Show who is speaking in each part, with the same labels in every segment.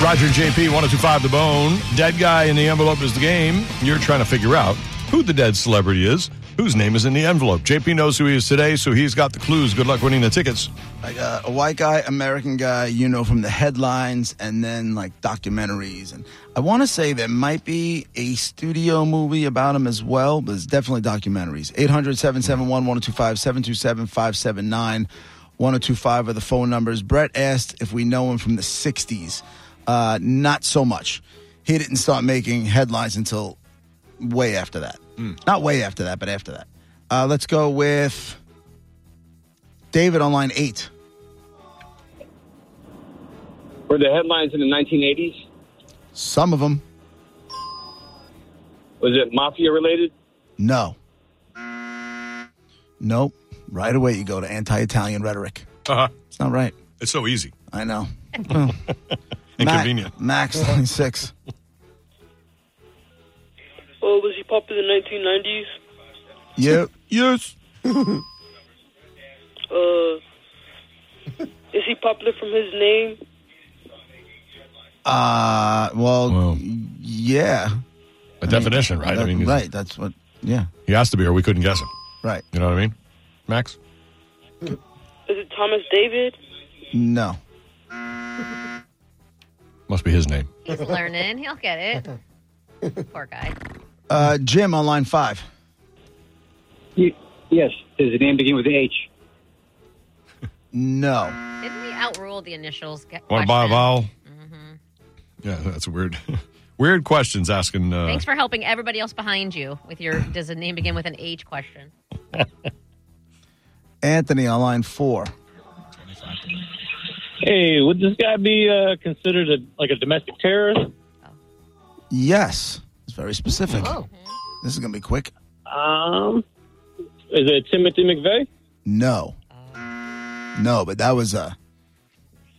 Speaker 1: Roger and JP, 1025 The Bone. Dead guy in the envelope is the game. You're trying to figure out who the dead celebrity is, whose name is in the envelope. JP knows who he is today, so he's got the clues. Good luck winning the tickets.
Speaker 2: like a, a white guy, American guy, you know, from the headlines and then like documentaries. And I want to say there might be a studio movie about him as well, but it's definitely documentaries. 800 771 1025 727 579 1025 are the phone numbers. Brett asked if we know him from the 60s. Uh, not so much. He didn't start making headlines until way after that. Not way after that, but after that. Uh, let's go with David on line eight.
Speaker 3: Were the headlines in the 1980s?
Speaker 2: Some of them,
Speaker 3: Was it mafia related?
Speaker 2: no. Nope. Right away, you go to anti Italian rhetoric.
Speaker 1: Uh-huh.
Speaker 2: It's not right.
Speaker 1: It's so easy.
Speaker 2: I know. Ma-
Speaker 1: Inconvenient.
Speaker 2: Max, line six.
Speaker 4: Well, was he popular in the 1990s?
Speaker 2: Yeah. yes.
Speaker 4: Uh, is he popular from his name?
Speaker 2: Uh, well,
Speaker 1: Well.
Speaker 2: yeah.
Speaker 1: By definition, right? I
Speaker 2: That-
Speaker 1: mean,
Speaker 2: right. That's what, yeah.
Speaker 1: he has to be, or we couldn't guess it.
Speaker 2: Right.
Speaker 1: You know what I mean? Max?
Speaker 4: Is it Thomas David?
Speaker 2: No.
Speaker 1: Must be his name.
Speaker 5: He's learning. He'll get it. Poor guy.
Speaker 2: Uh, Jim on line five.
Speaker 3: Yes. Does the name begin with H?
Speaker 2: No.
Speaker 5: Didn't we outrule the initials? Get-
Speaker 1: Want to buy a
Speaker 5: question?
Speaker 1: vowel?
Speaker 5: Mm-hmm.
Speaker 1: Yeah, that's weird. weird questions asking. Uh,
Speaker 5: Thanks for helping everybody else behind you with your does the name begin with an H question?
Speaker 2: Anthony on line four.
Speaker 6: Hey, would this guy be uh, considered a, like a domestic terrorist?
Speaker 2: Yes. It's very specific.
Speaker 6: Oh.
Speaker 2: This is going to be quick.
Speaker 6: Um, is it Timothy McVeigh?
Speaker 2: No. No, but that was a. Uh,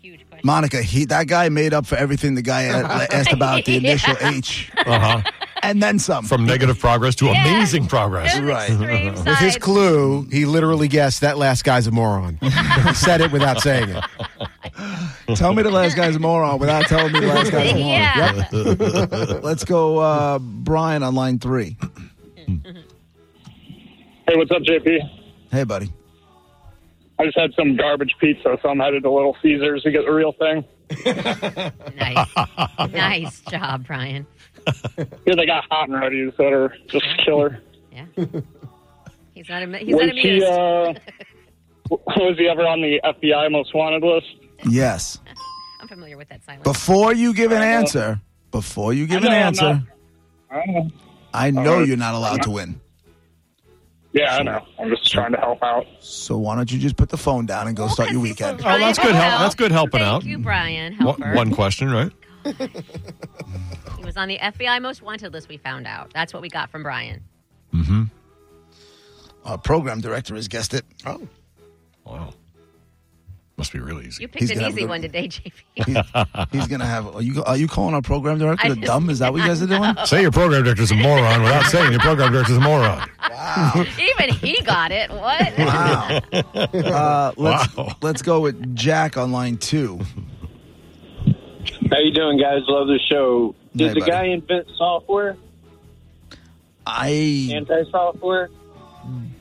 Speaker 5: Huge question.
Speaker 2: Monica, he that guy made up for everything the guy a- asked about the initial H,
Speaker 1: uh-huh.
Speaker 2: and then some.
Speaker 1: From negative progress to
Speaker 5: Yeah.
Speaker 1: amazing progress.
Speaker 5: Those
Speaker 2: right.
Speaker 5: extreme
Speaker 7: With his
Speaker 5: sides.
Speaker 7: clue, he literally guessed that last guy's a moron. he said it without saying it.
Speaker 2: Tell me the last guy's a moron without telling me the last guy's a moron.
Speaker 5: yeah.
Speaker 2: Let's go, uh, Brian on line three.
Speaker 6: Hey, what's up, JP?
Speaker 2: Hey, buddy.
Speaker 6: I just had some garbage pizza, so I'm headed to Little Caesars to get the real thing.
Speaker 5: Nice. nice job, Brian.
Speaker 6: Here they got hot and ready that are just killer.
Speaker 5: Yeah. He's not, am- he's not
Speaker 6: Was he,
Speaker 5: amused.
Speaker 6: uh, was he ever on the FBI most wanted list?
Speaker 2: Yes.
Speaker 5: I'm familiar with that silence.
Speaker 2: Before you give an answer, before you give
Speaker 6: I
Speaker 2: an
Speaker 6: know I'm
Speaker 2: answer,
Speaker 6: I don't know.
Speaker 2: I know you're not allowed to win.
Speaker 6: Yeah, I know. I'm just trying to help out.
Speaker 2: So why don't you just put the phone down and go start your weekend?
Speaker 1: Oh, that's good help.
Speaker 5: Help.
Speaker 1: That's good helping
Speaker 5: Thank
Speaker 1: out.
Speaker 5: you, Brian. Helper.
Speaker 1: One, one question, right?
Speaker 5: He was on the FBI Most Wanted list, we found out. That's what we got from Brian.
Speaker 2: Our program director has guessed it. Oh.
Speaker 1: Wow. Must be real easy.
Speaker 5: You picked
Speaker 2: He's
Speaker 5: an
Speaker 2: gonna have
Speaker 5: easy
Speaker 2: a good-
Speaker 5: one today, JP.
Speaker 2: He's, he's gonna have. Are you are you calling our program director
Speaker 5: I
Speaker 2: the
Speaker 5: just-
Speaker 2: dumb? Is that what you guys are doing?
Speaker 1: Say your program director's a moron without saying your program director's a moron.
Speaker 5: Even he got it. What?
Speaker 2: Wow. Uh, let's
Speaker 1: Wow.
Speaker 2: let's go with Jack on line two.
Speaker 3: How you doing, guys? Love the show. Did
Speaker 2: Hey,
Speaker 3: the
Speaker 2: buddy.
Speaker 3: guy invent software?
Speaker 2: I
Speaker 3: Anti-software?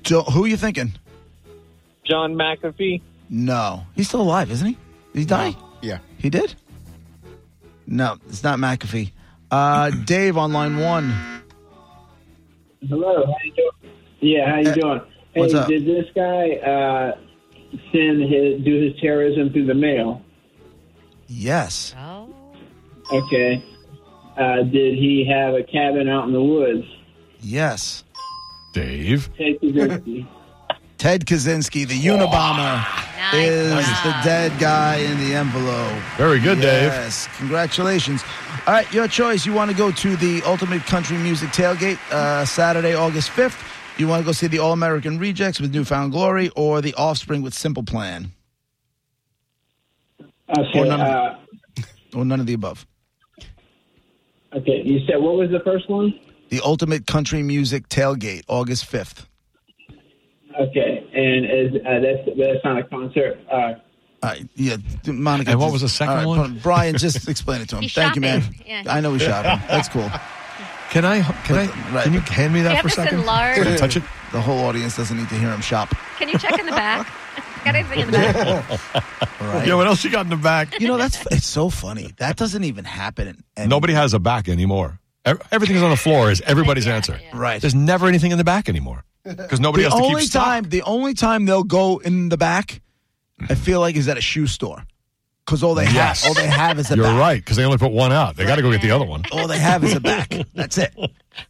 Speaker 2: don't, who are you thinking?
Speaker 3: John McAfee?
Speaker 2: No, he's still alive, isn't he? Did he die?
Speaker 7: Yeah.
Speaker 2: He did. No, it's not McAfee. Uh, Dave on line one.
Speaker 3: Hello. How you doing? Yeah. How you
Speaker 2: Uh,
Speaker 3: doing? Hey,
Speaker 2: what's up?
Speaker 3: did this guy uh, send his do his terrorism through the mail?
Speaker 2: Yes.
Speaker 5: Oh,
Speaker 3: Okay. Uh, did he have a cabin out in the woods?
Speaker 2: Yes.
Speaker 1: Dave.
Speaker 3: Take the
Speaker 2: Ted Kaczynski, the Unabomber.
Speaker 5: Oh, Nice
Speaker 2: is
Speaker 5: job.
Speaker 2: the dead guy in the envelope.
Speaker 1: Very good, Dave.
Speaker 2: Yes, congratulations. All right, your choice. You want to go to the Ultimate Country Music Tailgate uh, Saturday, August 5th. You want to go see the All American Rejects with Newfound Glory or the Offspring with Simple Plan
Speaker 3: Okay.
Speaker 2: none.
Speaker 3: Uh,
Speaker 2: or none of the above?
Speaker 3: okay. You said what was the first one?
Speaker 2: The Ultimate Country Music Tailgate, August 5th.
Speaker 3: Okay. And is uh, that's that's not a concert. Uh,
Speaker 2: All right, yeah, Monica.
Speaker 1: And what
Speaker 2: just-
Speaker 1: was the second
Speaker 2: all
Speaker 1: one?
Speaker 2: Bri- Brian, just explain it to him.
Speaker 5: He's
Speaker 2: Thank you, man.
Speaker 5: shopping. Yeah, he's-
Speaker 2: I know he's shopping. That's cool.
Speaker 1: Can I? Can I?
Speaker 2: right,
Speaker 1: Can you
Speaker 2: but-
Speaker 1: hand me that for a
Speaker 5: Jefferson
Speaker 1: second?
Speaker 5: Large.
Speaker 1: Can I touch it?
Speaker 2: The whole audience doesn't need to hear him shop.
Speaker 5: Can you check in the back? Got anything in the back?
Speaker 2: All right.
Speaker 1: Yeah. What else you got in the back?
Speaker 2: You know, that's it's so funny. That doesn't even happen. And
Speaker 1: Nobody has a back anymore. Ev- Everything's on the floor. Is everybody's
Speaker 5: Yeah,
Speaker 1: answer?
Speaker 5: yeah.
Speaker 2: Right.
Speaker 1: There's never anything in the back anymore because nobody
Speaker 2: the
Speaker 1: has to
Speaker 2: only
Speaker 1: keep stock.
Speaker 2: time the only time they'll go in the back, I feel like, is at a shoe store, because all they
Speaker 1: Yes.
Speaker 2: have all they have is a
Speaker 1: You're
Speaker 2: back.
Speaker 1: right because they only put one out. They got to go get the other one.
Speaker 2: All they have is a back. That's it.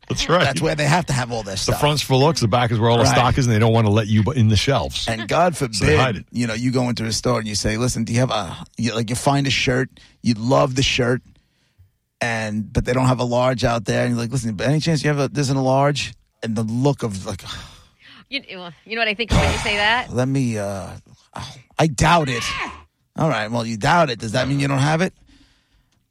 Speaker 1: That's right.
Speaker 2: That's where they have to have all their
Speaker 1: the
Speaker 2: stuff.
Speaker 1: front's for looks. The back is where all the
Speaker 2: Right.
Speaker 1: stock is, and they don't want to let you bu- in the shelves.
Speaker 2: And God
Speaker 1: they hide
Speaker 2: forbid,
Speaker 1: it.
Speaker 2: you know, you go into a store and you say, "Listen, do you have a you, like you find a shirt, you love the shirt, and but they don't have a large out there, and you're like, listen, any chance you have a this in a large?" And the look of like,
Speaker 5: You, you know what I think when you say that?
Speaker 2: let me, uh oh, I doubt it. All right, well, you doubt it. Does that mean you don't have it?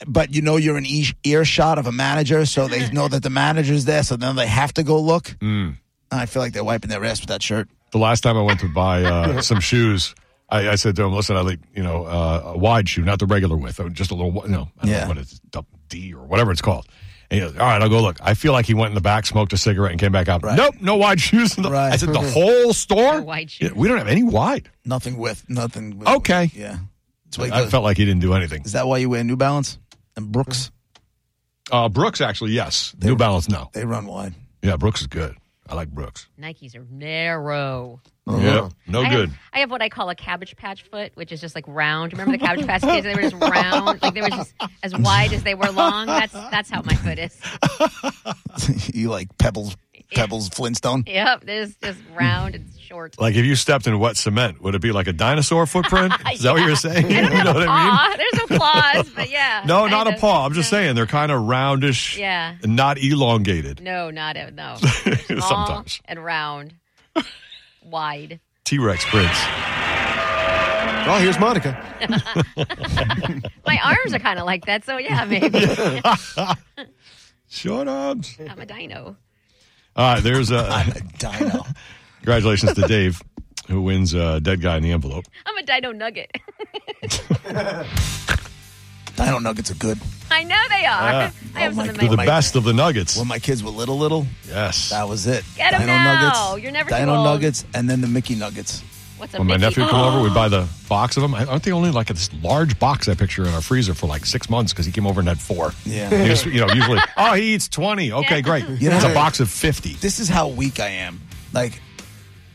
Speaker 2: But you know you're an e- earshot of a manager, so they know that the manager's there, so then they have to go look.
Speaker 1: Mm.
Speaker 2: I feel like they're wiping their ass with that shirt.
Speaker 1: the last time I went to buy uh, some shoes, I, I said to him, "Listen, I like you know uh, a wide shoe, not the regular width, uh, just a little. wi- No, I don't
Speaker 2: Yeah.
Speaker 1: know what it's double D or whatever it's called." And he goes, "All right, I'll go look." I feel like he went in the back, smoked a cigarette, and came back out. Nope, no wide shoes. in the-"
Speaker 2: Right.
Speaker 1: I said, "The whole store?
Speaker 5: No wide shoes.
Speaker 1: Yeah, we don't have any wide."
Speaker 2: Nothing with, nothing. With,
Speaker 1: Okay.
Speaker 2: Yeah. It's way
Speaker 1: I
Speaker 2: good.
Speaker 1: felt like he didn't do anything.
Speaker 2: Is that why you wear New Balance and Brooks?
Speaker 1: Uh, Brooks actually, yes. New Balance, no.
Speaker 2: They run wide.
Speaker 1: Yeah, Brooks is good. I like Brooks.
Speaker 5: Nikes are narrow.
Speaker 2: Uh-huh.
Speaker 1: Yeah, no
Speaker 5: I
Speaker 1: Oh, good.
Speaker 5: Have, I have what I call a cabbage patch foot, which is just like round. Remember the cabbage patch kids? They were just round, like they were just as wide as they were long. That's that's how my foot is.
Speaker 2: Uh-huh. you like Pebbles, Pebbles Flintstone.
Speaker 5: Yep, it's just round and short.
Speaker 1: Like if you stepped in wet cement, would it be like a dinosaur footprint? Is that what you're saying? You know what I mean?
Speaker 5: Paw. There's no claws, but yeah.
Speaker 1: No,
Speaker 5: kind
Speaker 1: not a
Speaker 5: of.
Speaker 1: paw. I'm just
Speaker 5: No.
Speaker 1: saying they're kind of roundish,
Speaker 5: Yeah.
Speaker 1: and not elongated.
Speaker 5: No, not a, no. Small
Speaker 1: Sometimes.
Speaker 5: and round, wide.
Speaker 1: T Rex prints.
Speaker 7: Oh, here's Monica.
Speaker 5: My arms are kind of like that, so yeah, maybe
Speaker 1: Short arms.
Speaker 5: I'm a dino.
Speaker 1: All right, there's
Speaker 2: I'm
Speaker 1: a
Speaker 2: a dino.
Speaker 1: congratulations to Dave, who wins uh, Dead Guy in the Envelope.
Speaker 5: I'm a dino nugget.
Speaker 2: dino nuggets are good.
Speaker 5: I know they are.
Speaker 1: Yeah.
Speaker 5: I have
Speaker 2: Oh,
Speaker 5: some
Speaker 2: my
Speaker 5: in my
Speaker 1: To Ah. the
Speaker 2: Mike.
Speaker 1: best of the Nuggets.
Speaker 2: When my kids were little, little,
Speaker 1: Yes.
Speaker 2: that was it.
Speaker 5: Get 'em
Speaker 2: dino
Speaker 5: now.
Speaker 2: nuggets.
Speaker 5: You're never too
Speaker 2: Dino
Speaker 5: old.
Speaker 2: nuggets, and then the Mickey nuggets.
Speaker 5: What's a
Speaker 1: When my
Speaker 5: Mickey?
Speaker 1: nephew come over, we'd buy the box of them. I- Aren't they only like this large box I picture in our freezer for like six months because he came over and had four.
Speaker 2: Yeah.
Speaker 1: He was, you know, usually, oh, he eats 20. Okay,
Speaker 5: Yeah.
Speaker 1: great.
Speaker 2: You know-
Speaker 1: it's a box of 50.
Speaker 2: This is how weak I am. Like,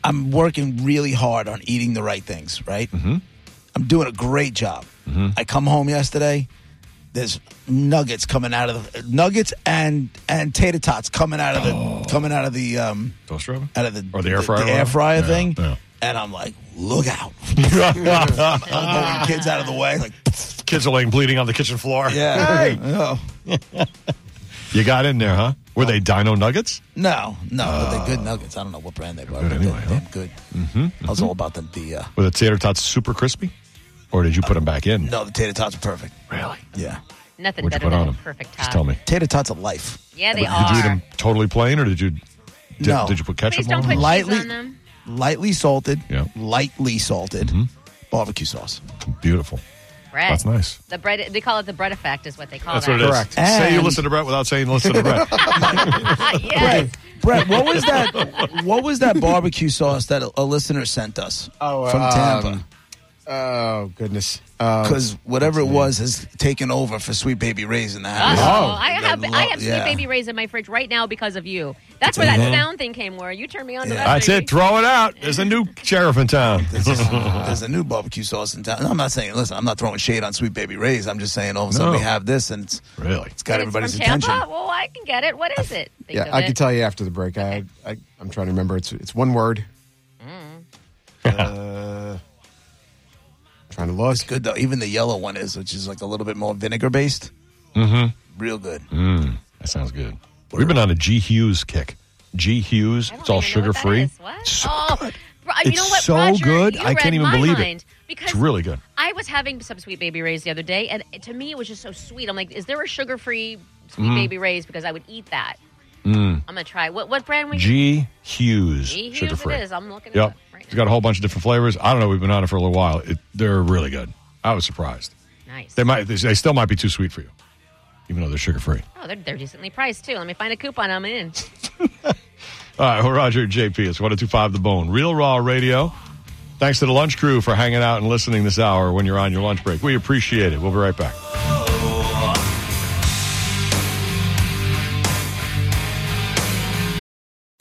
Speaker 2: I'm working really hard on eating the right things. Right. Mm-hmm. I'm doing a great job.
Speaker 1: Mm-hmm.
Speaker 2: I come home yesterday. There's nuggets coming out of the nuggets and and tater tots coming out of the coming out of the um
Speaker 1: Toaster oven?
Speaker 2: out of the
Speaker 1: Oh. Or the air fryer
Speaker 2: air
Speaker 1: oven?
Speaker 2: fryer
Speaker 1: Yeah,
Speaker 2: thing,
Speaker 1: yeah.
Speaker 2: and I'm like, look out, elbowing kids out of the way, like,
Speaker 1: Kids are laying bleeding on the kitchen floor.
Speaker 2: yeah,
Speaker 1: Hey!
Speaker 2: Oh.
Speaker 1: You got in there, huh? Were they dino nuggets?
Speaker 2: no, no, but they're good nuggets. I don't know what brand they were,
Speaker 1: Oh. good
Speaker 2: but
Speaker 1: anyway,
Speaker 2: they're
Speaker 1: huh? Mm-hmm,
Speaker 2: damn good. I was all about the the uh,
Speaker 1: Were the tater tots super crispy? Or did you put them back in?
Speaker 2: no, the tater tots are perfect.
Speaker 1: Really?
Speaker 2: Yeah,
Speaker 5: Nothing
Speaker 1: What'd you put
Speaker 5: better than
Speaker 1: on
Speaker 5: a
Speaker 1: them?
Speaker 5: perfect top.
Speaker 1: Just tell me.
Speaker 2: tater tots are life.
Speaker 5: Yeah, they
Speaker 1: Did you eat
Speaker 5: are.
Speaker 1: them totally plain or did you did,
Speaker 2: No.
Speaker 1: did you put ketchup
Speaker 5: Please don't
Speaker 1: on
Speaker 5: put
Speaker 1: them?
Speaker 2: Lightly-
Speaker 5: cheese on them.
Speaker 2: Lightly salted,
Speaker 1: Yeah. Mm-hmm.
Speaker 2: lightly salted barbecue sauce.
Speaker 1: Beautiful.
Speaker 5: Bread.
Speaker 1: That's nice.
Speaker 5: The bread. They call it the bread effect. Is what they call
Speaker 1: That's
Speaker 5: that.
Speaker 1: what it is.
Speaker 7: Correct.
Speaker 1: Say you
Speaker 2: And-
Speaker 1: listen to Brett without saying listen to Brett.
Speaker 5: Ah, yes.
Speaker 2: Brett, what was that? what was that barbecue sauce that a, a listener sent us
Speaker 7: Oh,
Speaker 2: from
Speaker 7: um,
Speaker 2: Tampa?
Speaker 7: Oh, goodness. Uh,
Speaker 2: because whatever it was has taken over for Sweet Baby Ray's in the
Speaker 5: Oh,
Speaker 2: house.
Speaker 5: I have I have
Speaker 2: Yeah.
Speaker 5: sweet baby rays in my fridge right now because of you. That's where
Speaker 1: Mm-hmm.
Speaker 5: that sound thing came. Where you turned me on to
Speaker 2: Yeah.
Speaker 5: that.
Speaker 1: That's
Speaker 5: baby.
Speaker 1: it. Throw it out. There's a new sheriff in town.
Speaker 2: There's a new barbecue sauce in town. And I'm not saying, listen, I'm not throwing shade on Sweet Baby Ray's. I'm just saying all of a sudden
Speaker 1: No.
Speaker 2: we have this and it's,
Speaker 1: really?
Speaker 2: it's got
Speaker 5: But it's
Speaker 2: everybody's
Speaker 5: from
Speaker 2: attention.
Speaker 5: Tampa. Well, I can get it. What is it? Think
Speaker 7: yeah,
Speaker 5: of
Speaker 7: I
Speaker 5: it.
Speaker 7: can tell you after the break. I, I
Speaker 5: Mm.
Speaker 7: I'm trying to remember. It's it's one word. Uh, Trying to look.
Speaker 2: It's good though. Even the yellow one is, which is like a little bit more vinegar based. Mm-hmm. Real good.
Speaker 1: That sounds good. We've been on a G Hughes kick. G Hughes,
Speaker 5: I don't
Speaker 1: it's all
Speaker 5: even know
Speaker 1: sugar
Speaker 5: what that
Speaker 1: free.
Speaker 5: is. What?
Speaker 1: So
Speaker 5: oh,
Speaker 1: good.
Speaker 5: Bro- you
Speaker 1: It's
Speaker 5: know what,
Speaker 1: so
Speaker 5: Roger,
Speaker 1: good,
Speaker 5: you
Speaker 1: I can't
Speaker 5: read
Speaker 1: even
Speaker 5: my
Speaker 1: believe it.
Speaker 5: mind. Because
Speaker 1: It's really good.
Speaker 5: I was having some sweet baby rays the other day, and to me, it was just so sweet. I'm like, is there a sugar free sweet
Speaker 1: Mm.
Speaker 5: baby rays? Because I would eat that. I'm gonna try. What what brand we?
Speaker 1: G Hughes,
Speaker 5: G Hughes
Speaker 1: sugar free.
Speaker 5: It is. I'm looking. It
Speaker 1: Yep.
Speaker 5: up right
Speaker 1: It's
Speaker 5: now.
Speaker 1: got a whole bunch of different flavors. I don't know. We've been on it for a little while. It, they're really good. I was surprised.
Speaker 5: nice.
Speaker 1: They might. They still might be too sweet for you, even though they're sugar free.
Speaker 5: oh, they're, they're decently priced too. Let me find a coupon. I'm in.
Speaker 1: All right, well, Roger and JP, it's 1025 The Bone. Real Raw Radio. Thanks to the lunch crew for hanging out and listening this hour when you're on your lunch break. We appreciate it. We'll be right back.